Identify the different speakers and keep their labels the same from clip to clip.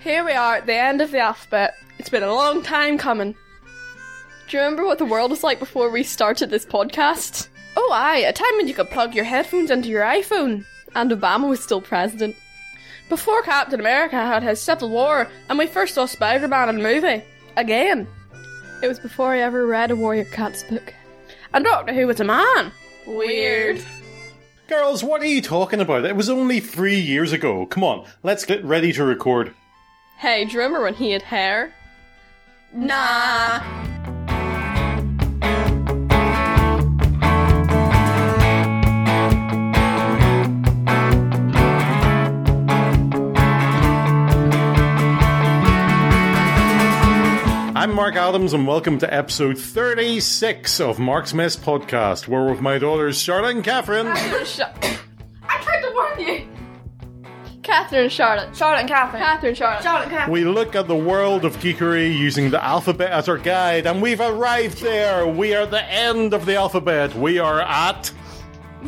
Speaker 1: Here we are at the end of the alphabet. It's been a long time coming. Do you remember what the world was like before we started this podcast? Oh, aye, a time when you could plug your headphones into your iPhone. And Obama was still president. Before Captain America had his civil war, and we first saw Spider Man in a movie. Again. It was before I ever read a Warrior Cats book. And Doctor Who was a man. Weird.
Speaker 2: Girls, what are you talking about? It was only three years ago. Come on, let's get ready to record.
Speaker 1: Hey, do you remember when he had hair?
Speaker 3: Nah.
Speaker 2: I'm Mark Adams, and welcome to episode 36 of Mark's Mess Podcast. We're with my daughters, Charlotte and Catherine.
Speaker 1: Shut. I tried to warn you. Catherine and Charlotte.
Speaker 3: Charlotte and Catherine.
Speaker 1: Catherine, Charlotte.
Speaker 3: Charlotte and Catherine.
Speaker 2: We look at the world of geekery using the alphabet as our guide, and we've arrived there. We are the end of the alphabet. We are at.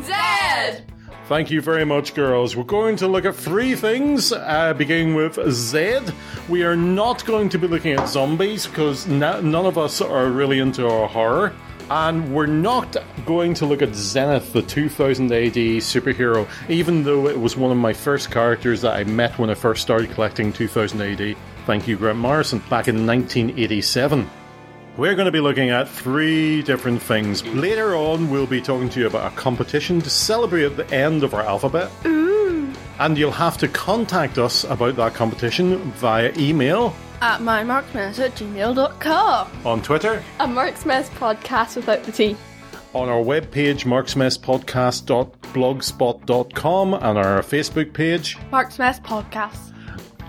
Speaker 1: Zed.
Speaker 2: Thank you very much, girls. We're going to look at three things, uh, beginning with Z. We are not going to be looking at zombies because no- none of us are really into our horror. And we're not going to look at Zenith, the 2000 AD superhero, even though it was one of my first characters that I met when I first started collecting 2000 AD. Thank you, Grant Morrison, back in 1987. We're going to be looking at three different things. Later on, we'll be talking to you about a competition to celebrate the end of our alphabet. Ooh. And you'll have to contact us about that competition via email,
Speaker 1: At mymarksmess at gmail.com.
Speaker 2: on Twitter,
Speaker 1: A Mark's Mess podcast without the T.
Speaker 2: on our webpage, marksmesspodcast.blogspot.com, and our Facebook page.
Speaker 1: Mark's Mess podcast.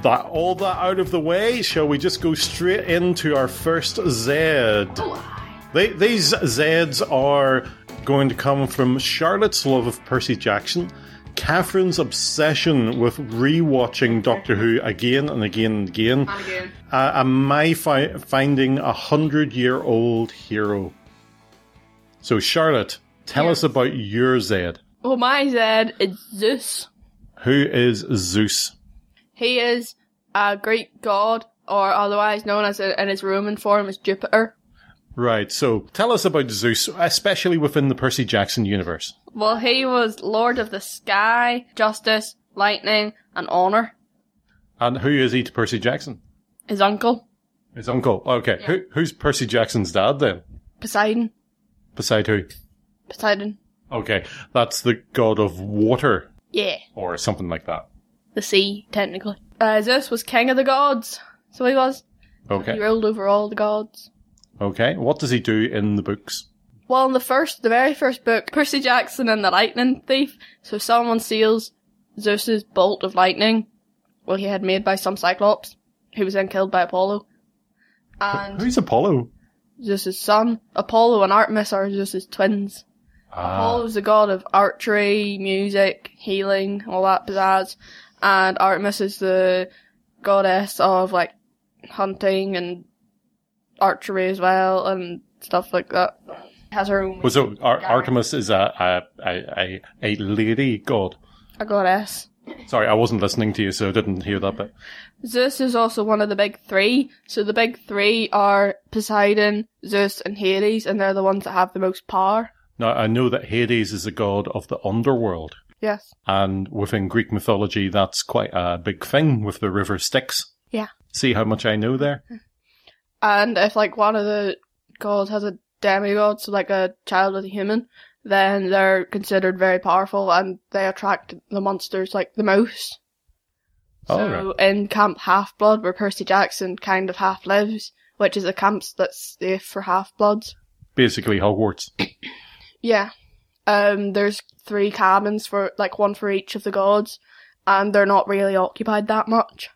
Speaker 2: That All that out of the way, shall we just go straight into our first Z?
Speaker 1: Oh,
Speaker 2: They, these Zeds are going to come from Charlotte's love of Percy Jackson, Catherine's obsession with rewatching Doctor Who again and again and again,
Speaker 3: again.
Speaker 2: uh, and my fi- finding a hundred year old hero. So, Charlotte, tell us about your Zed.
Speaker 1: Well, my Zed is Zeus.
Speaker 2: Who is Zeus?
Speaker 1: He is a Greek god, or otherwise known as in his Roman form as Jupiter.
Speaker 2: Right, so tell us about Zeus, especially within the Percy Jackson universe.
Speaker 1: Well, he was Lord of the Sky, Justice, Lightning, and Honor.
Speaker 2: And who is he to Percy Jackson?
Speaker 1: His uncle,
Speaker 2: His uncle. Okay, who, who's Percy Jackson's dad then?
Speaker 1: Poseidon.
Speaker 2: Beside who?
Speaker 1: Poseidon.
Speaker 2: Okay, that's the god of water
Speaker 1: Yeah.
Speaker 2: or something like that.
Speaker 1: the sea, technically. Uh, Zeus was king of the gods, so he was. He
Speaker 2: Okay.
Speaker 1: ruled over all the gods.
Speaker 2: Okay, what does he do in the books?
Speaker 1: Well, in the first, the very first book, Percy Jackson and the Lightning Thief, so someone steals Zeus's bolt of lightning, well, he had made by some cyclops, who was then killed by Apollo. And
Speaker 2: Who's Apollo?
Speaker 1: Zeus's son, Apollo and Artemis are Zeus's twins.
Speaker 2: Ah.
Speaker 1: Apollo's the god of archery, music, healing, all that pizzazz. And Artemis is the goddess of like hunting and archery as well and stuff like that. Has her own
Speaker 2: Well, so Ar- Artemis is a, a, a, a, a lady god.
Speaker 1: a goddess.
Speaker 2: Sorry, I wasn't listening to you, so I didn't hear that bit.
Speaker 1: Zeus is also one of the big three. So the big three are Poseidon, Zeus, and Hades, and they're the ones that have the most power.
Speaker 2: Now, I know that Hades is a god of the underworld,
Speaker 1: Yes.
Speaker 2: and within Greek mythology, that's quite a big thing with the river Styx.
Speaker 1: Yeah.
Speaker 2: See how much I know there?
Speaker 1: And if like one of the gods has a demigod, so like a child with a human, then they're considered very powerful and they attract the monsters like the most. so in Camp Half Blood, where Percy Jackson kind of half lives, which is a camp that's safe for half bloods.
Speaker 2: Basically, Hogwarts.
Speaker 1: Yeah. Um, there's three cabins for like one for each of the gods, and they're not really occupied that much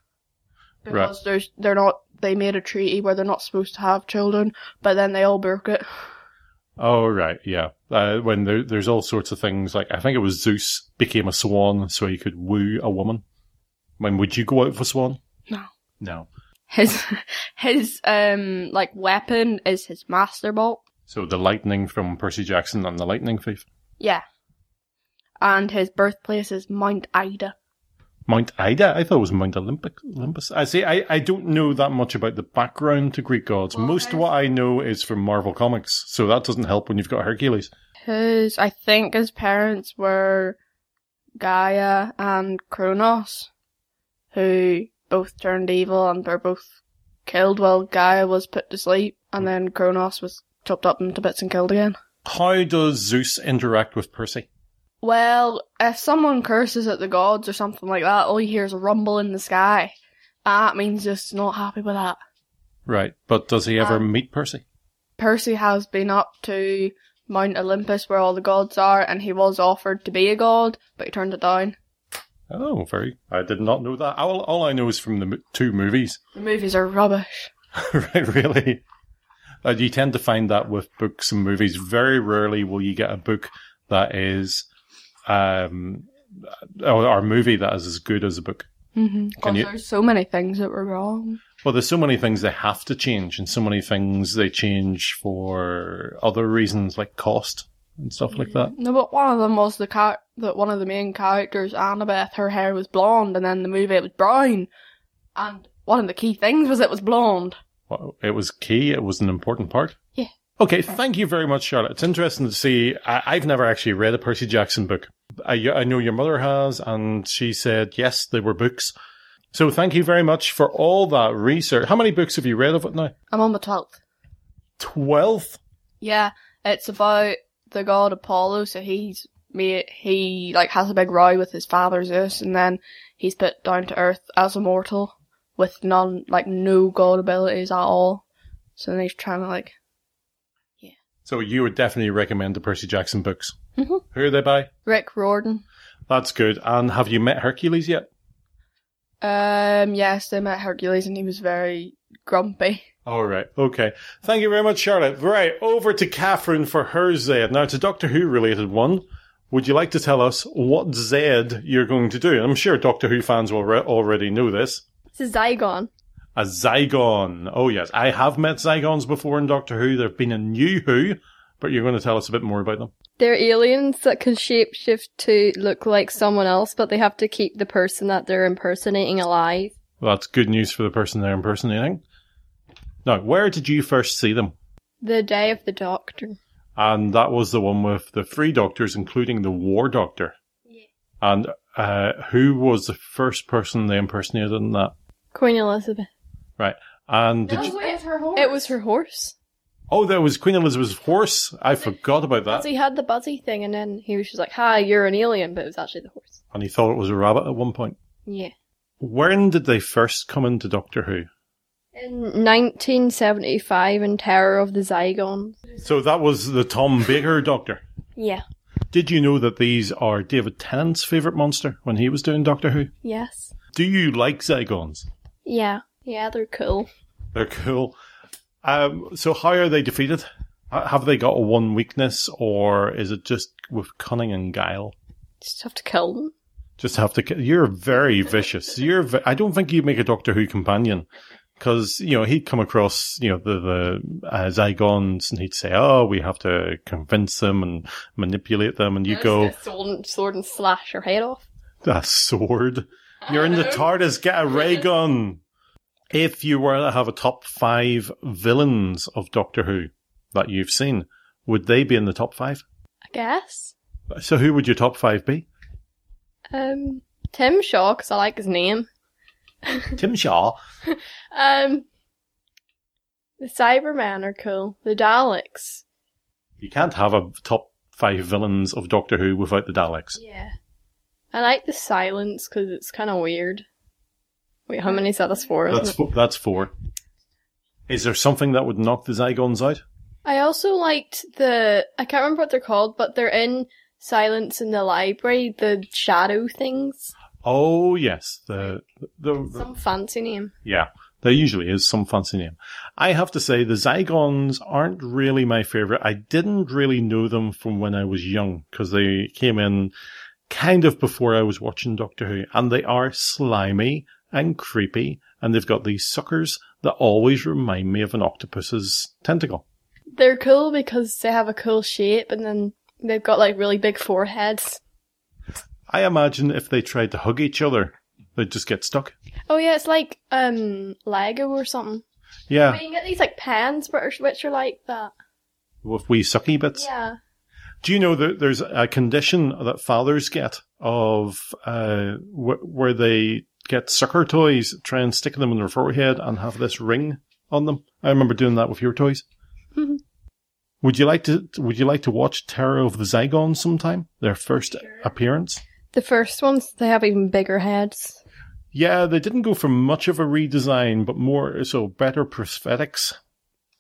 Speaker 2: Right.
Speaker 1: because there's they're not. They made a treaty where they're not supposed to have children, but then they all broke it.
Speaker 2: Oh right, yeah. Uh, when there, there's all sorts of things like I think it was Zeus became a swan so he could woo a woman. When would you go out for swan?
Speaker 1: No.
Speaker 2: No.
Speaker 1: His his um like weapon is his master bolt.
Speaker 2: So the lightning from Percy Jackson and the Lightning Thief.
Speaker 1: Yeah. And his birthplace is Mount Ida.
Speaker 2: Mount Ida. I thought it was Mount Olympic, Olympus. I see. I, I don't know that much about the background to Greek gods. Most what I know is from Marvel comics, so that doesn't help when you've got Hercules.
Speaker 1: His, I think his parents were Gaia and Kronos, who both turned evil and were both killed while Gaia was put to sleep, and then Kronos was chopped up into bits and killed again.
Speaker 2: How does Zeus interact with Percy?
Speaker 1: Well, if someone curses at the gods or something like that, all you hear is a rumble in the sky. That means just not happy with that.
Speaker 2: Right, but does he ever
Speaker 1: Um,
Speaker 2: meet Percy?
Speaker 1: Percy has been up to Mount Olympus where all the gods are, and he was offered to be a god, but he turned it down.
Speaker 2: Oh, very. I did not know that. All, all I know is from the mo- two movies.
Speaker 1: The movies are rubbish.
Speaker 2: right, really. Uh, you tend to find that with books and movies. Very rarely will you get a book that is, um, or, or a movie that is as good as a book.
Speaker 1: Mm-hmm.
Speaker 2: Can you-
Speaker 1: There's so many things that were wrong.
Speaker 2: Well, there's so many things they have to change, and so many things they change for other reasons, like cost and stuff like that.
Speaker 1: No, but one of them was the cat that one of the main characters, Annabeth, her hair was blonde, and then the movie it was brown. And one of the key things was it was blonde.
Speaker 2: Well, it was key. It was an important part.
Speaker 1: Yeah.
Speaker 2: Okay. Thank you very much, Charlotte. It's interesting to see. I, I've never actually read a Percy Jackson book. I, I know your mother has, and she said yes, they were books. So thank you very much for all that research. How many books have you read of it now?
Speaker 1: I'm on the twelfth.
Speaker 2: Twelve.
Speaker 1: Yeah, it's about the god Apollo. So he's made he like has a big row with his father Zeus, and then he's put down to earth as a mortal with none like no god abilities at all. So then he's trying to like
Speaker 2: So you would definitely recommend the Percy Jackson books.
Speaker 1: Mhm.
Speaker 2: Who are they by?
Speaker 1: Rick Riordan.
Speaker 2: That's good. And have you met Hercules yet?
Speaker 1: Um, yes, they met Hercules, and he was very grumpy.
Speaker 2: All right. Okay. Thank you very much, Charlotte. Right. Over to Catherine for her Zed. Now, it's a Doctor Who related one. Would you like to tell us what Zed you're going to do? I'm sure Doctor Who fans will re- already know this.
Speaker 1: This is Zygon.
Speaker 2: A Zygon. Oh, yes. I have met Zygons before in Doctor Who. There have been a new Who, but you're going to tell us a bit more about them.
Speaker 3: They're aliens that can shapeshift to look like someone else, but they have to keep the person that they're impersonating alive.
Speaker 2: Well, that's good news for the person they're impersonating. Now, where did you first see them?
Speaker 3: The Day of the Doctor.
Speaker 2: and that was the one with the three doctors, including the War Doctor. Yeah. And uh, who was the first person they impersonated in that?
Speaker 3: Queen Elizabeth.
Speaker 2: Right. And did you,
Speaker 1: with her
Speaker 3: It was her horse.
Speaker 2: oh, there was Queen Elizabeth's horse. I forgot about
Speaker 3: Because
Speaker 2: that.
Speaker 3: he had the buzzy thing, and then he was just like, hi, you're an alien, but it was actually the horse.
Speaker 2: And he thought it was a rabbit at one point.
Speaker 3: Yeah.
Speaker 2: When did they first come into Doctor Who?
Speaker 3: In 1975, in Terror of the Zygons.
Speaker 2: So that was the Tom Baker Doctor.
Speaker 3: Yeah.
Speaker 2: Did you know that these are David Tennant's favourite monster when he was doing Doctor Who?
Speaker 3: Yes.
Speaker 2: Do you like Zygons?
Speaker 3: Yeah. Yeah, they're cool.
Speaker 2: They're cool. Um, so how are they defeated? Ha- Have they got a one weakness, or is it just with cunning and guile?
Speaker 3: Just have to kill them.
Speaker 2: Just have to. ki- You're very vicious. You're. Ve- I don't think you'd make a Doctor Who companion because you know he'd come across you know the the uh, Zygons and he'd say, "Oh, we have to convince them and manipulate them," and you go,
Speaker 3: Sword and, sword and slash your head off.
Speaker 2: "A sword. You're in the TARDIS. Get a ray gun." If you were to have a top five villains of Doctor Who that you've seen, would they be in the top five?
Speaker 3: I guess.
Speaker 2: So who would your top five be?
Speaker 3: Um, Tim Shaw, 'cause I like his name.
Speaker 2: Tim Shaw.
Speaker 3: Um, the Cybermen are cool. The Daleks.
Speaker 2: You can't have a top five villains of Doctor Who without the Daleks.
Speaker 3: Yeah. I like the silence because it's kind of weird. Wait, how many is that? That's four. isn't
Speaker 2: That's
Speaker 3: it?
Speaker 2: fo- that's four. Is there something that would knock the Zygons out?
Speaker 3: I also liked the. I can't remember what they're called, but they're in Silence in the Library. The shadow things.
Speaker 2: Oh yes, the the, the
Speaker 3: Some fancy name.
Speaker 2: yeah. There usually is some fancy name. I have to say the Zygons aren't really my favorite. I didn't really know them from when I was young because they came in kind of before I was watching Doctor Who, and they are slimy and creepy, and they've got these suckers that always remind me of an octopus's tentacle.
Speaker 3: They're cool because they have a cool shape, and then they've got like really big foreheads.
Speaker 2: I imagine if they tried to hug each other, They just get stuck.
Speaker 3: Oh yeah, it's like um Lego or something.
Speaker 2: Yeah,
Speaker 3: But you can get these like pans, but are- which are like that.
Speaker 2: with wee sucky bits.
Speaker 3: Yeah.
Speaker 2: Do you know that there's a condition that fathers get of uh, wh- where they get sucker toys, try and stick them in their forehead, and have this ring on them? I remember doing that with your toys.
Speaker 3: Mhm.
Speaker 2: would you like to? Would you like to watch Terror of the Zygon sometime? Their first appearance.
Speaker 3: The first ones they have even bigger heads.
Speaker 2: Yeah, they didn't go for much of a redesign, but more so better prosthetics.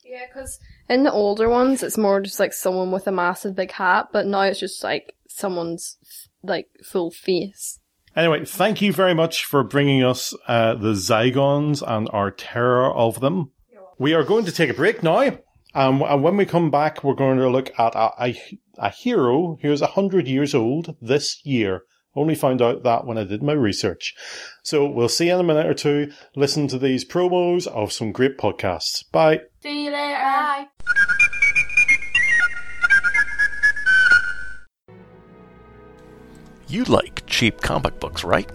Speaker 3: Yeah, because in the older ones, it's more just like someone with a massive big hat, but now it's just like someone's like full face.
Speaker 2: Anyway, thank you very much for bringing us uh, the Zygons and our terror of them. We are going to take a break now. Um, and when we come back, we're going to look at a, a, a hero who is 100 years old this year. Only found out that when I did my research. So we'll see you in a minute or two. Listen to these promos of some great podcasts. Bye.
Speaker 3: See you later. Bye.
Speaker 4: You like cheap comic books, right?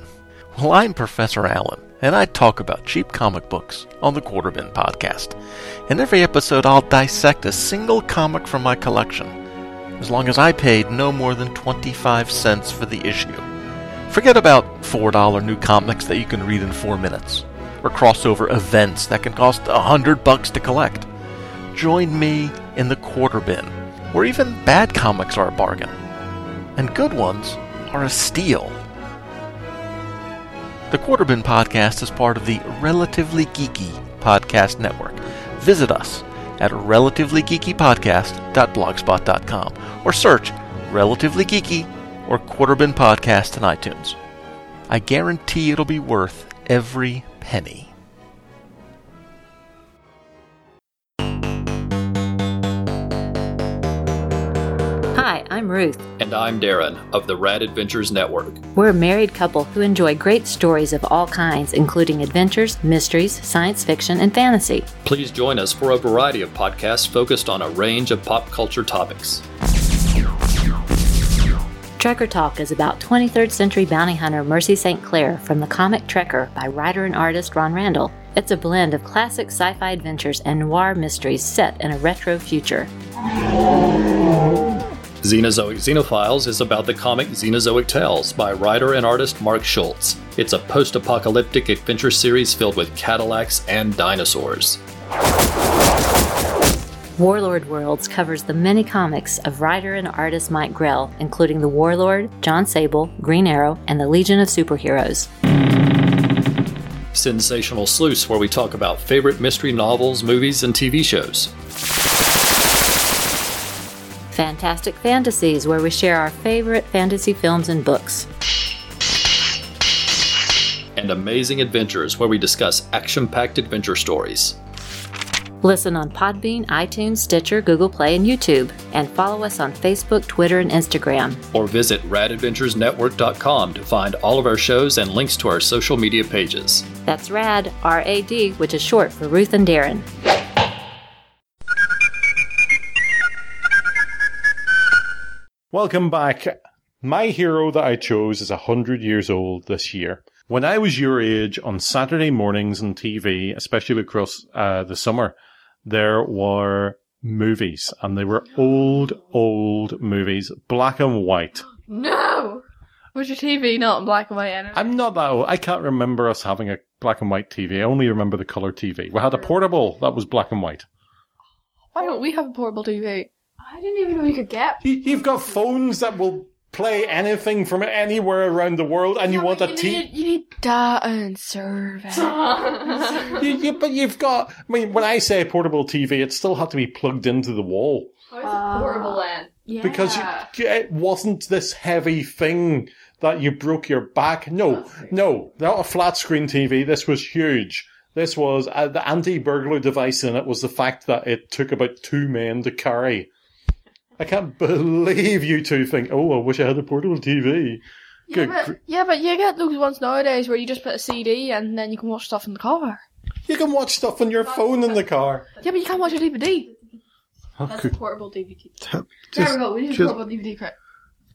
Speaker 4: Well, I'm Professor Allen, and I talk about cheap comic books on the Quarterbin podcast. In every episode, I'll dissect a single comic from my collection, as long as I paid no more than 25 cents for the issue. Forget about $4 new comics that you can read in 4 minutes, or crossover events that can cost 100 bucks to collect. Join me in the Quarterbin, where even bad comics are a bargain and good ones are a steal. The Quarterbin Podcast is part of the Relatively Geeky Podcast Network. Visit us at relativelygeekypodcast.blogspot.com or search Relatively Geeky or Quarterbin Podcast in iTunes. I guarantee it'll be worth every penny.
Speaker 5: Hi, I'm Ruth.
Speaker 6: And I'm Darren of the Rad Adventures Network.
Speaker 5: We're a married couple who enjoy great stories of all kinds, including adventures, mysteries, science fiction, and fantasy.
Speaker 6: Please join us for a variety of podcasts focused on a range of pop culture topics.
Speaker 5: Trekker Talk is about 23rd century bounty hunter Mercy St. Clair from the comic Trekker by writer and artist Ron Randall. It's a blend of classic sci fi adventures and noir mysteries set in a retro future.
Speaker 6: Xenozoic Xenophiles is about the comic Xenozoic Tales by writer and artist Mark Schultz. It's a post apocalyptic adventure series filled with Cadillacs and dinosaurs.
Speaker 5: Warlord Worlds covers the many comics of writer and artist Mike Grell, including The Warlord, John Sable, Green Arrow, and the Legion of Superheroes.
Speaker 6: Sensational Sleuths, where we talk about favorite mystery novels, movies, and TV shows.
Speaker 5: Fantastic Fantasies, where we share our favorite fantasy films and books.
Speaker 6: And Amazing Adventures, where we discuss action packed adventure stories.
Speaker 5: Listen on Podbean, iTunes, Stitcher, Google Play, and YouTube. And follow us on Facebook, Twitter, and Instagram.
Speaker 6: Or visit radadventuresnetwork.com to find all of our shows and links to our social media pages.
Speaker 5: That's RAD, R A D, which is short for Ruth and Darren.
Speaker 2: Welcome back. My hero that I chose is 100 years old this year. When I was your age, on Saturday mornings on TV, especially across uh, the summer, there were movies, and they were old, old movies, black and white.
Speaker 1: No! Was your TV not in black and white anyway?
Speaker 2: I'm not that old. I can't remember us having a black and white TV. I only remember the color TV. We had a portable that was black and white.
Speaker 1: Why don't we have a portable TV?
Speaker 3: I didn't even know you could get.
Speaker 2: You- You've got phones that will play anything from anywhere around the world, and you want a TV.
Speaker 1: You need data and service.
Speaker 2: you, you, but you've got. I mean, when I say portable TV, it still had to be plugged into the wall
Speaker 1: Uh,
Speaker 3: horrible then?
Speaker 2: because you, it wasn't this heavy thing that you broke your back. No, no, not a flat screen TV. This was huge. This was uh, the anti-burglar device in it was the fact that it took about two men to carry. I can't believe you two think. Oh, I wish I had a portable TV.
Speaker 1: Yeah
Speaker 2: Good.
Speaker 1: but,
Speaker 2: gr-
Speaker 1: yeah, but you get those ones nowadays where you just put a CD and then you can watch stuff in the car.
Speaker 2: You can watch stuff on your phone in the car.
Speaker 1: Yeah, but you can't watch a DVD.
Speaker 2: Oh, good
Speaker 1: portable DVD.
Speaker 7: Just,
Speaker 1: go. We need
Speaker 7: just-
Speaker 1: portable DVD. Correct.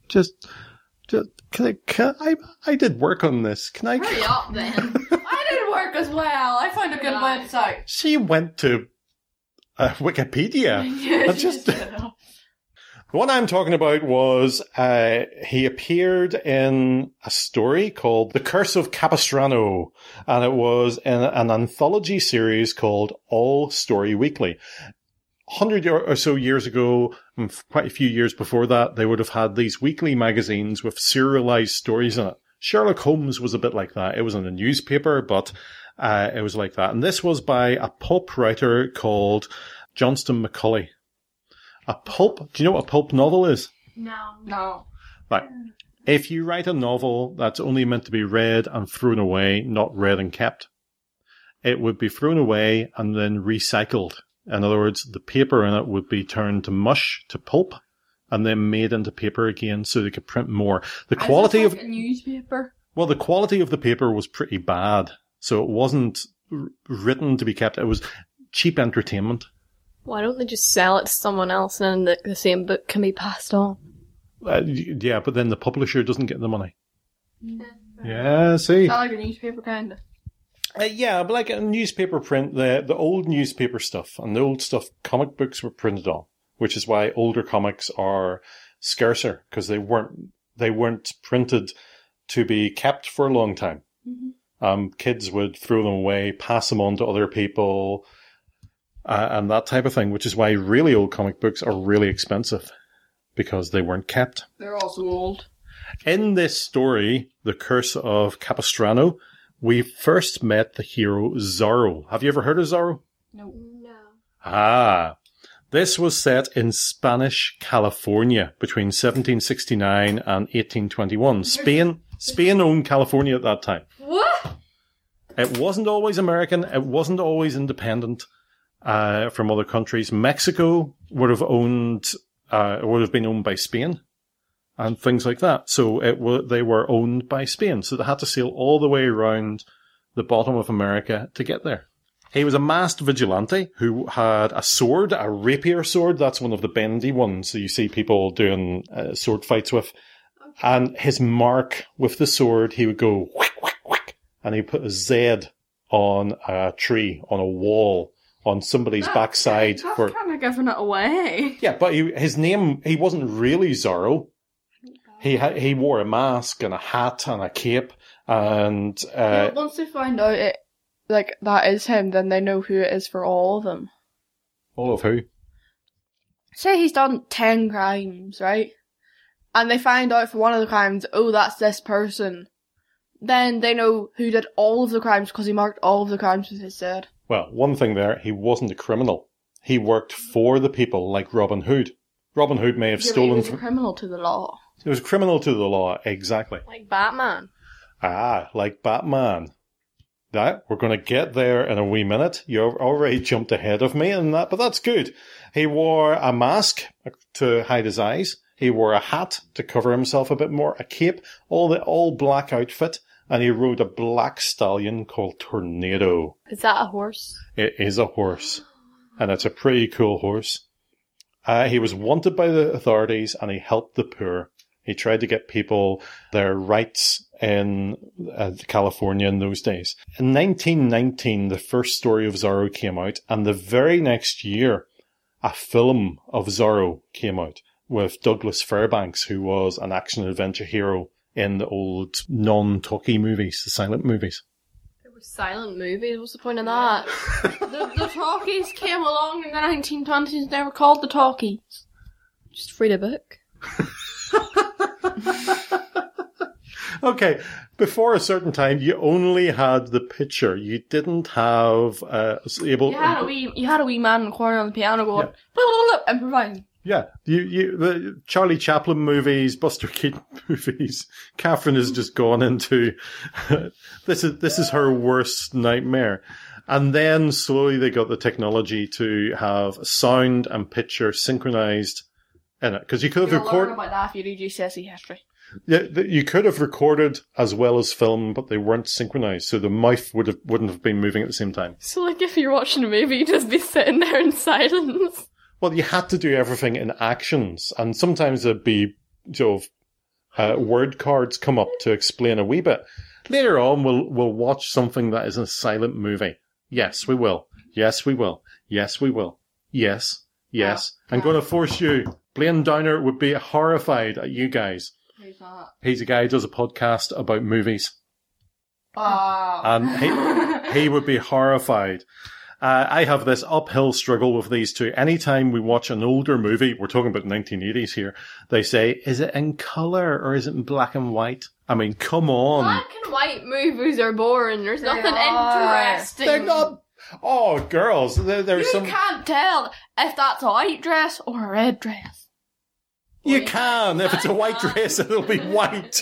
Speaker 7: just
Speaker 2: Ju- Can I, can I, I did work on this. Can I?
Speaker 7: Hurry up then.
Speaker 1: I did work as well. I found a good website.
Speaker 2: She went to uh, Wikipedia.
Speaker 7: Yes,
Speaker 2: just-
Speaker 7: shut up.
Speaker 2: The one I'm talking about was uh, he appeared in a story called The Curse of Capistrano, and it was in an anthology series called All Story Weekly. 100 or or so years ago, and f- quite a few years before that, they would have had these weekly magazines with serialized stories in it. Sherlock Holmes was a bit like that. It was in a newspaper, but uh, it was like that. And this was by a pulp writer called Johnston McCulley. A pulp? Do you know what a pulp novel is?
Speaker 7: No.
Speaker 2: Right. If you write a novel that's only meant to be read and thrown away, not read and kept, it would be thrown away and then recycled. In other words, the paper in it would be turned to mush, to pulp, and then made into paper again so they could print more. The quality
Speaker 7: Is
Speaker 2: of
Speaker 7: this like a newspaper.
Speaker 2: well, the quality of the paper was pretty bad, so it wasn't r- written to be kept. It was cheap entertainment.
Speaker 3: Why don't they just sell it to someone else and then the, the same book can be passed on?
Speaker 2: Uh, y- yeah, but then the publisher doesn't get the money. Yeah, see.
Speaker 7: Is
Speaker 1: Oh.
Speaker 7: that like a newspaper kind of?
Speaker 2: Uh, yeah, but like a newspaper print, the the old newspaper stuff and the old stuff comic books were printed on, which is why older comics are scarcer because they weren't they weren't printed to be kept for a long time. Um, kids would throw them away, pass them on to other people, uh, and that type of thing. Which is why really old comic books are really expensive because they weren't kept.
Speaker 7: They're also old.
Speaker 2: In this story, The Curse of Capistrano, we first met the hero Zorro. Have you ever heard of Zorro?
Speaker 7: No. No.
Speaker 2: Ah. This was set in Spanish California between 1769 and 1821. Spain, Spain owned California at that time.
Speaker 7: What?
Speaker 2: It wasn't always American. It wasn't always independent uh, from other countries. Mexico would have owned, uh, would have been owned by Spain, and things like that. So it wa they were owned by Spain. So they had to sail all the way around the bottom of America to get there. He was a masked vigilante who had a sword, a rapier sword. That's one of the bendy ones that you see people doing uh, sword fights with. And his mark with the sword, he would go whack, whack, whack, and he put a Z on a tree, on a wall, on somebody's backside.
Speaker 7: That's
Speaker 2: For
Speaker 7: kind of giving it away.
Speaker 2: yeah, but he, his name he wasn't really Zorro. He ha- he wore a mask and a hat and a cape, and uh,
Speaker 7: Yeah, once they find out it, like that is him, then they know who it is for all of them.
Speaker 2: all of who?
Speaker 7: Say he's done ten crimes, right? And they find out for one of the crimes, oh, that's this person. Then they know who did all of the crimes because he marked all of the crimes with his dad.
Speaker 2: Well, one thing there, he wasn't a criminal. He worked for the people, like Robin Hood. Robin Hood may have
Speaker 7: he
Speaker 2: stolen
Speaker 7: was a
Speaker 2: from.
Speaker 7: criminal to the law.
Speaker 2: He was a criminal to the law, exactly.
Speaker 3: Like Batman.
Speaker 2: Ah, like Batman. That we're going to get there in a wee minute. You've already jumped ahead of me in that, but that's good. He wore a mask to hide his eyes. He wore a hat to cover himself a bit more, a cape, all the all black outfit, and he rode a black stallion called Tornado.
Speaker 3: Is that a horse?
Speaker 2: It is a horse, and it's a pretty cool horse. Uh, he was wanted by the authorities, and he helped the poor. He tried to get people their rights in uh, California in those days. In 1919, the first story of Zorro came out, and the very next year, a film of Zorro came out with Douglas Fairbanks, who was an action adventure hero in the old non-talkie movies, the silent movies.
Speaker 3: It was silent movies. What's the point of that?
Speaker 7: the, the talkies came along in the 1920s. They were called the talkies.
Speaker 3: Just read a book.
Speaker 2: Okay, before a certain time, you only had the picture. You didn't have uh, s- able.
Speaker 7: You had a wee, you had a wee man in the corner on the piano going,
Speaker 2: Yeah.
Speaker 7: blah, blah, blah, improvising.
Speaker 2: yeah, you you the Charlie Chaplin movies, Buster Keaton movies. Catherine has just gone into this is this is her worst nightmare. And then slowly they got the technology to have sound and picture synchronized in it because you could have
Speaker 7: You'll learn
Speaker 2: recorded.
Speaker 7: about that if you do GCSE history.
Speaker 2: Yeah, th- you could have recorded as well as film, but they weren't synchronized, so the mouth would have wouldn't have been moving at the same time.
Speaker 3: So, like, if you're watching a movie, you just be sitting there in silence.
Speaker 2: Well, you had to do everything in actions, and sometimes it'd be sort of uh, word cards come up to explain a wee bit. Later on, we'll we'll watch something that is a silent movie. Yes, we will. Yes, we will. Yes, we will. Yes, yes. I'm going to force you. Blaine Downer would be horrified at you guys.
Speaker 7: Who's that?
Speaker 2: He's a guy who does a podcast about movies,
Speaker 7: Wow.
Speaker 2: and he, he would be horrified. Uh, I have this uphill struggle with these two. Anytime we watch an older movie, we're talking about 1980s here, they say, is it in color or is it in black and white? I mean, come on.
Speaker 3: Black and white movies are boring. There's nothing
Speaker 7: are.
Speaker 3: interesting.
Speaker 2: They're not. Oh, girls, there, there's
Speaker 7: you
Speaker 2: some.
Speaker 7: can't tell if that's a white dress or a red dress.
Speaker 2: you can. If it's a white dress, it'll be white.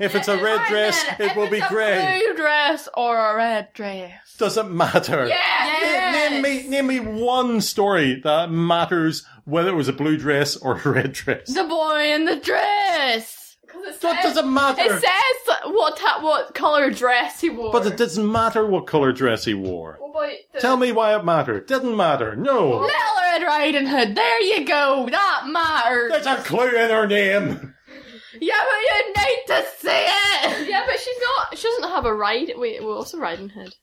Speaker 2: If it's a red dress, it will be grey.
Speaker 7: Blue dress or a red dress.
Speaker 2: Doesn't matter.
Speaker 7: Yes.
Speaker 2: Name me, name me one story that matters whether it was a blue dress or a red dress.
Speaker 7: The boy in the dress.
Speaker 2: That doesn't matter.
Speaker 7: It says what ta- what color dress he wore.
Speaker 2: But it doesn't matter what color dress he wore.
Speaker 7: the-
Speaker 2: Tell me why it mattered. Didn't matter. No.
Speaker 7: Little Red Riding Hood. There you go. That matters.
Speaker 2: There's a clue in her name.
Speaker 7: Yeah, but you need to see it.
Speaker 3: Yeah, but she's not. She doesn't have a ride. Wait, well, also Riding Hood.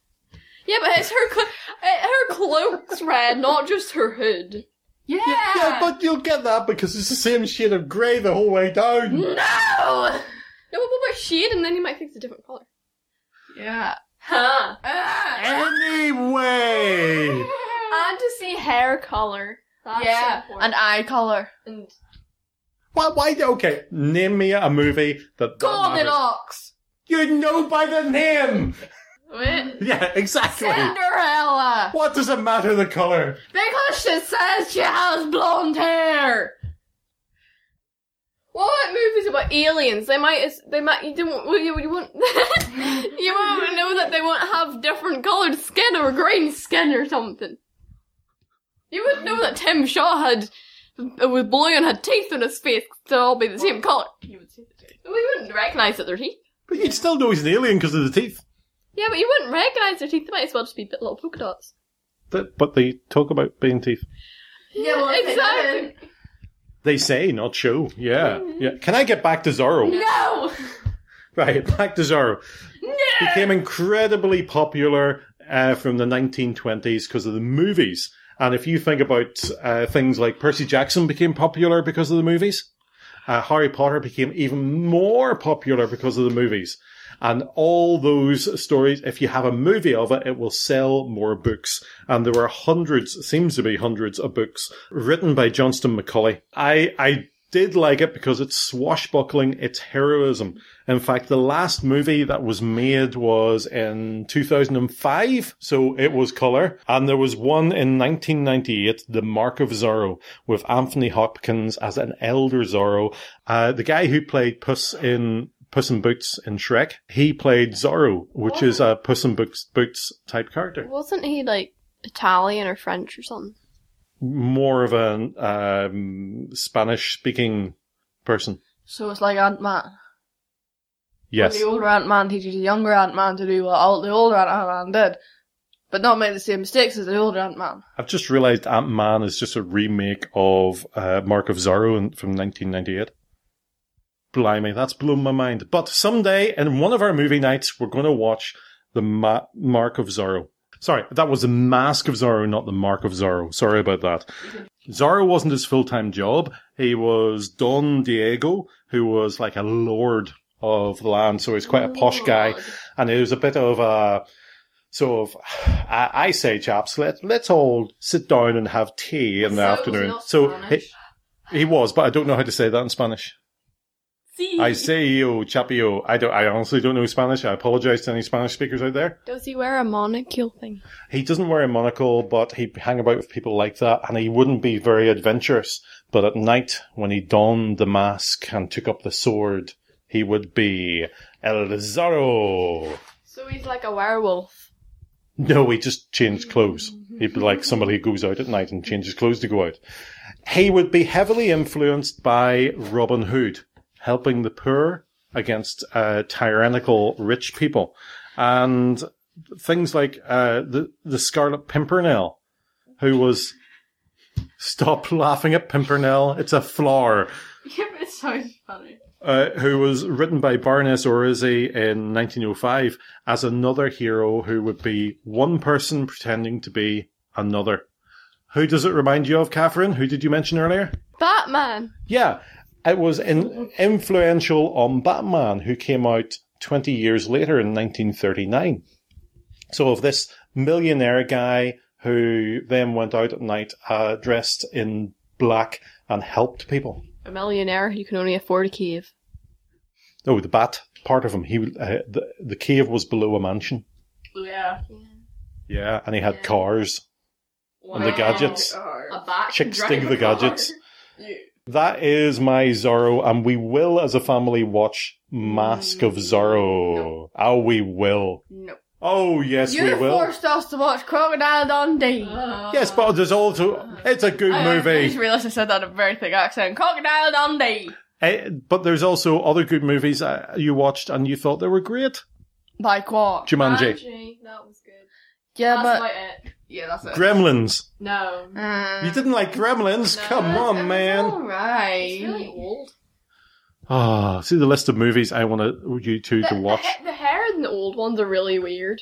Speaker 3: Yeah, but it's her clo- uh, her cloak's red, not just her hood.
Speaker 7: Yeah.
Speaker 2: Yeah, but you'll get that because it's the same shade of grey the whole way down.
Speaker 7: no.
Speaker 3: No, but what about shade? And then you might think it's a different color.
Speaker 7: Yeah.
Speaker 3: Huh?
Speaker 7: Ah.
Speaker 2: Anyway,
Speaker 3: And to see hair color. That's
Speaker 7: yeah.
Speaker 3: important.
Speaker 7: And eye color.
Speaker 3: And
Speaker 2: why? Why? Okay, name me a movie that. that matters.
Speaker 7: Goldilocks.
Speaker 2: You know by the name.
Speaker 7: Wait.
Speaker 2: Yeah, exactly.
Speaker 7: Cinderella.
Speaker 2: What does it matter the color?
Speaker 7: Because she says she has blonde hair.
Speaker 3: what about movies about aliens? They might. as- They might. You don't. well, You, you won't. you won't know that they won't have different colored skin or green skin or something. You wouldn't know that Tim Shaw had uh, was blue and had teeth on his face. They'll all be the same color.
Speaker 7: You would see the
Speaker 3: Well, you wouldn't recognize that they're teeth.
Speaker 2: But you'd still know he's an alien because of the teeth.
Speaker 3: Yeah, but you wouldn't recognize their teeth. They might as well just be bit- little polka dots.
Speaker 2: But, but they talk about being teeth.
Speaker 7: Yeah, well, if they
Speaker 3: exactly.
Speaker 2: They say, not show. Yeah, yeah. Can I get back to Zorro?
Speaker 7: No.
Speaker 2: Right, back to Zorro. Became incredibly popular uh, from the 1920s because of the movies. And if you think about uh, things like Percy Jackson became popular because of the movies, uh, Harry Potter became even more popular because of the movies. And all those stories, if you have a movie of it, it will sell more books. And there were hundreds, seems to be hundreds of books written by Johnston Macaulay. I, I did like it because it's swashbuckling, it's heroism. In fact, the last movie that was made was in 2005, so it was color. And there was one in 1998, The Mark of Zorro, with Anthony Hopkins as an elder Zorro. Uh, the guy who played Puss in Puss in Boots in Shrek, he played Zorro, which is a Puss in Boots, Boots type character.
Speaker 3: Wasn't he like Italian or French or something?
Speaker 2: More of an um, Spanish speaking person.
Speaker 7: So it's like Ant Man.
Speaker 2: Yes.
Speaker 7: The older Ant Man teaches the younger Ant Man to do what all the older Ant Man did, but not make the same mistakes as the older Ant Man.
Speaker 2: I've just realised Ant Man is just a remake of uh, Mark of Zorro in, from 1998. Blimey, that's blown my mind. But someday, in one of our movie nights, we're going to watch the Ma- Mark of Zorro. Sorry, that was the Mask of Zorro, not the Mark of Zorro. Sorry about that. Zorro wasn't his full time job. He was Don Diego, who was like a lord of the land, so he's
Speaker 3: Oh
Speaker 2: quite a posh guy, and he was a bit of a sort of, I, I say, chaps, let, let's all sit down and have tea in the
Speaker 7: So it was
Speaker 2: afternoon.
Speaker 7: not
Speaker 2: so he,
Speaker 7: Spanish.
Speaker 2: he was, but I don't know how to say that in Spanish. I say yo, chapio. I don't. I honestly don't know Spanish. I apologize to any Spanish speakers out there.
Speaker 3: Does he wear a monocule thing?
Speaker 2: He doesn't wear a monocle, but he hang about with people like that, and he wouldn't be very adventurous. But at night, when he donned the mask and took up the sword, he would be El Zorro.
Speaker 3: So he's like a werewolf.
Speaker 2: No, he just changed clothes. He'd be like somebody who goes out at night and changes clothes to go out. He would be heavily influenced by Robin Hood, helping the poor against uh, tyrannical rich people, and things like uh, the the Scarlet Pimpernel, who was. Stop laughing at Pimpernel. It's a flower.
Speaker 3: Yeah, but it sounds funny.
Speaker 2: uh, who was written by Baroness Orizzi in 1905 as another hero who would be one person pretending to be another. Who does it remind you of, Catherine? Who did you mention earlier?
Speaker 3: Batman.
Speaker 2: Yeah, it was in, influential on Batman, who came out 20 years later in 1939. So, of this millionaire guy who then went out at night uh, dressed in black and helped people.
Speaker 3: A millionaire, you can only afford a cave.
Speaker 2: Oh, the bat part of him. He uh, the the cave was below a mansion.
Speaker 7: Oh,
Speaker 8: Yeah.
Speaker 2: Yeah, and he had cars and the gadgets.
Speaker 8: Wow.
Speaker 3: A bat.
Speaker 2: Chicks dig the gadgets. That is my Zorro, and we will, as a family, watch Mask of Zorro. Oh, we will.
Speaker 3: No.
Speaker 2: Oh, yes,
Speaker 7: You
Speaker 2: we will.
Speaker 7: forced us to watch Crocodile Dundee.
Speaker 3: Oh,
Speaker 2: Yes, but there's also it's a good
Speaker 7: I
Speaker 2: movie.
Speaker 7: just realised I said that in a very thick accent. Crocodile Dundee.
Speaker 2: Eh, but there's also other good movies uh, you watched and you thought they were great.
Speaker 7: Like what?
Speaker 2: Jumanji,
Speaker 8: That was good.
Speaker 7: Yeah,
Speaker 8: That's
Speaker 7: but
Speaker 8: about it.
Speaker 7: yeah, that's it.
Speaker 2: Gremlins.
Speaker 8: No.
Speaker 7: Uh,
Speaker 1: Mm.
Speaker 2: You didn't like Gremlins? Come on, man.
Speaker 7: All
Speaker 8: It's really
Speaker 7: right.
Speaker 8: old.
Speaker 2: Ah, see the list of movies I want to, you two
Speaker 3: The,
Speaker 2: to watch.
Speaker 3: the hair in the old ones are really weird.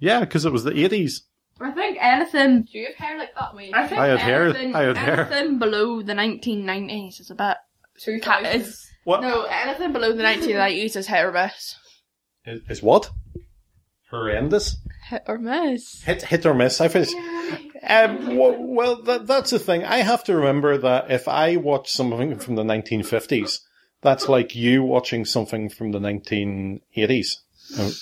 Speaker 2: Yeah, because it was the eighties.
Speaker 7: I think anything.
Speaker 8: Do you have hair like that, Wayne?
Speaker 7: I think
Speaker 2: I had hair-
Speaker 7: anything,
Speaker 2: I had hair.
Speaker 7: anything below the 1990s is a bit. Cat is
Speaker 2: What?
Speaker 7: no anything below the 1990s is hit or miss.
Speaker 2: Is, is what? Horrendous.
Speaker 7: Hit or miss.
Speaker 2: Hit, hit or miss. I finished. Um, well, well that, that's the thing. I have to remember that if I watch something from the 1950s, that's like you watching something from the 1980s. Oh,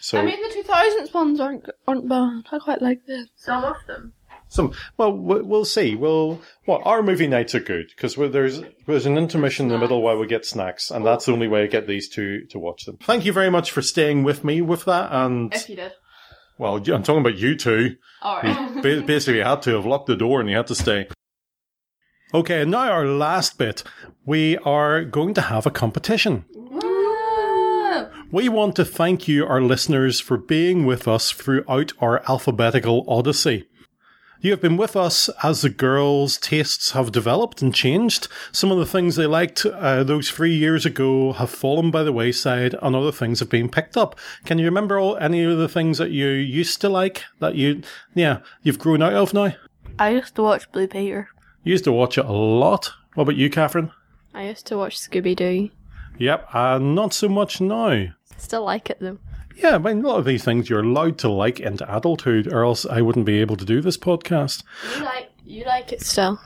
Speaker 2: So
Speaker 7: I mean, the 2000s ones aren't aren't bad. I quite like them.
Speaker 8: Some of them.
Speaker 2: Some well, we- we'll see. Well, well, our movie nights are good because there's there's an intermission in the middle while we get snacks, and that's the only way I get these two to watch them. Thank you very much for staying with me with that, and
Speaker 3: If you did.
Speaker 2: well, I'm talking about you two.
Speaker 3: Alright.
Speaker 2: Ba- Basically, you had to have locked the door and you had to stay. Okay, and now our last bit. We are going to have a competition. We want to thank you, our listeners, for being with us throughout our alphabetical odyssey. You have been with us as the girls' tastes have developed and changed. Some of the things they liked uh, those three years ago have fallen by the wayside, and other things have been picked up. Can you remember all, any of the things that you used to like that you, yeah, you've grown out of now?
Speaker 7: I used to watch Blue Peter.
Speaker 2: You used to watch it a lot. What about you, Catherine?
Speaker 3: I used to watch Scooby Doo.
Speaker 2: Yep, uh, not so much now.
Speaker 3: Still like it though.
Speaker 2: Yeah, I mean, a lot of these things you're allowed to like into adulthood, or else I wouldn't be able to do this podcast.
Speaker 3: You like you like it Oh, still.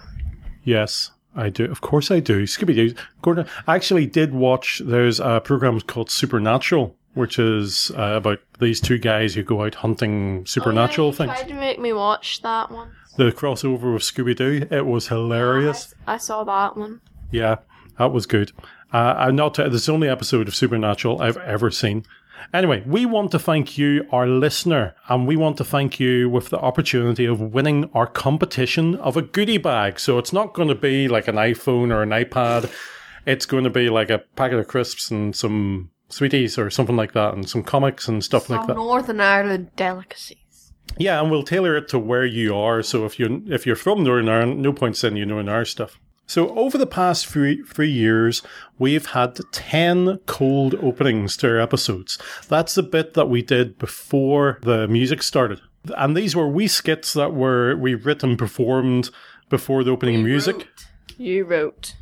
Speaker 2: Yes, I do. Of course, I do. Scooby Doo. Gordon, I actually did watch. There's a program called Supernatural, which is uh, about these two guys who go out hunting supernatural things.
Speaker 3: Tried to make me watch that one.
Speaker 2: The crossover with Scooby Doo. It was hilarious.
Speaker 3: I saw that one.
Speaker 2: Yeah, that was good. Uh, I'm not. There's the only episode of Supernatural I've ever seen. Anyway, we want to thank you, our listener, and we want to thank you with the opportunity of winning our competition of a goodie bag. So it's not going to be like an iPhone or an iPad. It's going to be like a packet of crisps and some sweeties or something like that, and some comics and stuff like that.
Speaker 7: Northern Ireland delicacies.
Speaker 2: Yeah, and we'll tailor it to where you are. So if you're if you're from Northern Ireland, no point sending you Northern Irish stuff. So over the past three three years, we've had ten cold openings to our episodes. That's the bit that we did before the music started, and these were wee skits that were we writ and performed before the opening music.
Speaker 3: You wrote.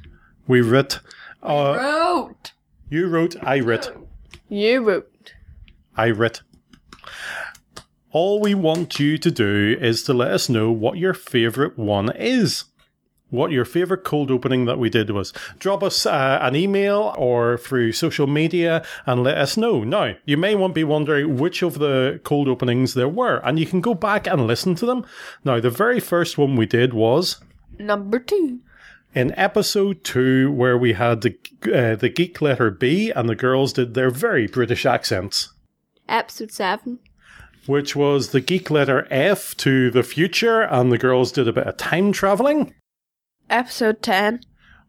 Speaker 2: We writ. Uh,
Speaker 7: Rote.
Speaker 2: you wrote. I writ.
Speaker 3: You wrote.
Speaker 2: I writ. All we want you to do is to let us know what your favourite one is. What your favourite cold opening that we did was. Drop us uh, an email or through social media and let us know. Now, you may want to be wondering which of the cold openings there were, and you can go back and listen to them. Now, the very first one we did was
Speaker 7: Number two.
Speaker 2: in episode two, where we had the, uh, the geek letter B and the girls did their very British accents.
Speaker 3: Episode seven.
Speaker 2: which was the geek letter F to the future, and the girls did a bit of time traveling,
Speaker 7: Episode ten.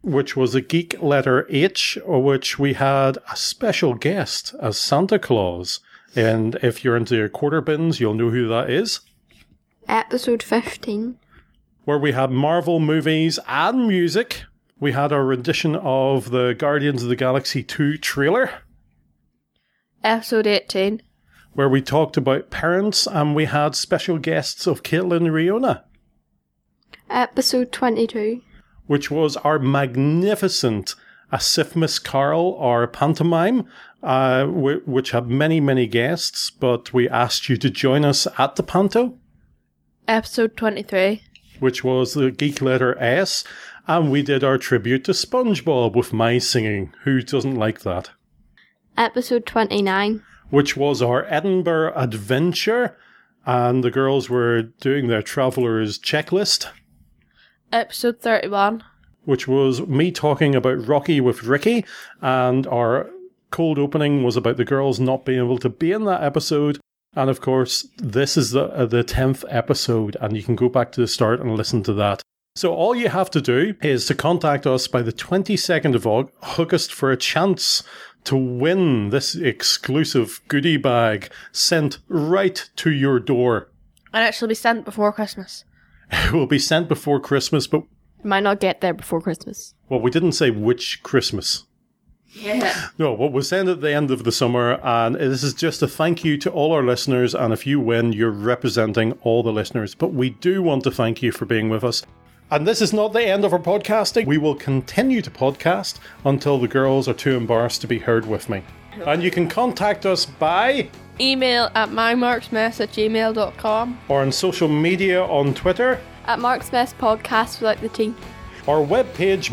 Speaker 2: which was the geek letter H, which we had a special guest as Santa Claus. And if you're into your quarter bins, you'll know who that is.
Speaker 3: Episode fifteen.
Speaker 2: Where we had Marvel movies and music. we had our rendition of the Guardians of the Galaxy 2 trailer,
Speaker 7: Episode 18.
Speaker 2: where we talked about parents and we had special guests of Caitlin Riona,
Speaker 3: Episode 22.
Speaker 2: which was our magnificent Asifmus Carl, our pantomime, uh, w- which had many, many guests, but we asked you to join us at the panto.
Speaker 7: Episode 23.
Speaker 2: which was the Geek Letter S, and we did our tribute to SpongeBob with my singing. Who doesn't like that?
Speaker 3: Episode 29.
Speaker 2: Which was our Edinburgh adventure, and the girls were doing their traveller's checklist,
Speaker 7: Episode 31.
Speaker 2: which was me talking about Rocky with Ricky, and our cold opening was about the girls not being able to be in that episode. And of course, this is the uh, the tenth episode, and you can go back to the start and listen to that. So all you have to do is to contact us by the twenty second of Aug- August for a chance to win this exclusive goodie bag sent right to your door.
Speaker 7: And it shall be sent before Christmas.
Speaker 2: It will be sent before Christmas, but
Speaker 3: Might not get there before Christmas.
Speaker 2: well, we didn't say which Christmas.
Speaker 8: Yeah.
Speaker 2: No, what we'll send at the end of the summer, and this is just a thank you to all our listeners. And if you win, you're representing all the listeners. But we do want to thank you for being with us. And this is not the end of our podcasting. We will continue to podcast until the girls are too embarrassed to be heard with me. And you can contact us by
Speaker 7: Email at mymarksmess at gmail.com.
Speaker 2: or on social media on Twitter.
Speaker 3: At Mark's Best Podcast without the tea.
Speaker 2: Our webpage,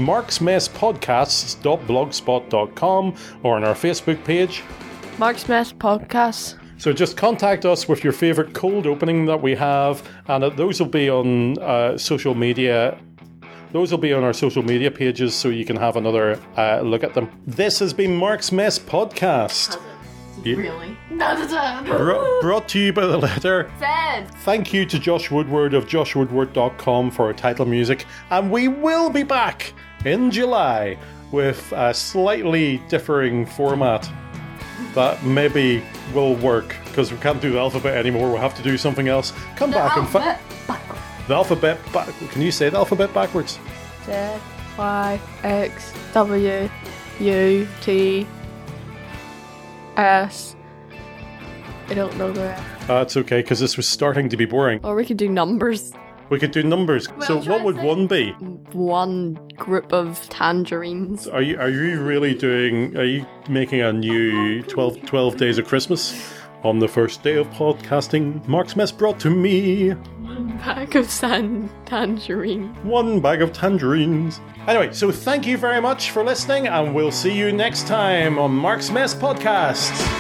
Speaker 2: marksmesspodcasts.blogspot.com, or on our Facebook page,
Speaker 7: Mark's Mess Podcast.
Speaker 2: So just contact us with your favorite cold opening that we have, and uh, those will be on uh, social media. Those will be on our social media pages, so you can have another uh, look at them. This has been Mark's Mess Podcast,
Speaker 8: Really? Da, da, da, da.
Speaker 2: br- brought to you by the letter.
Speaker 8: Said.
Speaker 2: Thank you to Josh Woodward of joshwoodward.com for our title music, and we will be back in July with a slightly differing format that maybe will work because we can't do the alphabet anymore. We'll have to do something else. Come back and
Speaker 8: Alphabet.
Speaker 2: fi- the alphabet. Ba- Can you say the alphabet backwards?
Speaker 7: Z, Y, X, W, U, T, S. I don't know the rest.
Speaker 2: Uh, it's okay because this was starting to be boring.
Speaker 3: Or we could do numbers.
Speaker 2: We could do numbers. so
Speaker 8: try
Speaker 2: what would
Speaker 8: and say-
Speaker 2: one be?
Speaker 3: One group of tangerines.
Speaker 2: Are you are you really doing? Are you making a new 12, 12 days of Christmas on the first day of podcasting? Mark's mess brought to me
Speaker 3: Pack of sand tangerines.
Speaker 2: one bag of tangerines. Anyway, so thank you very much for listening, and we'll see you next time on Mark's Mess Podcast.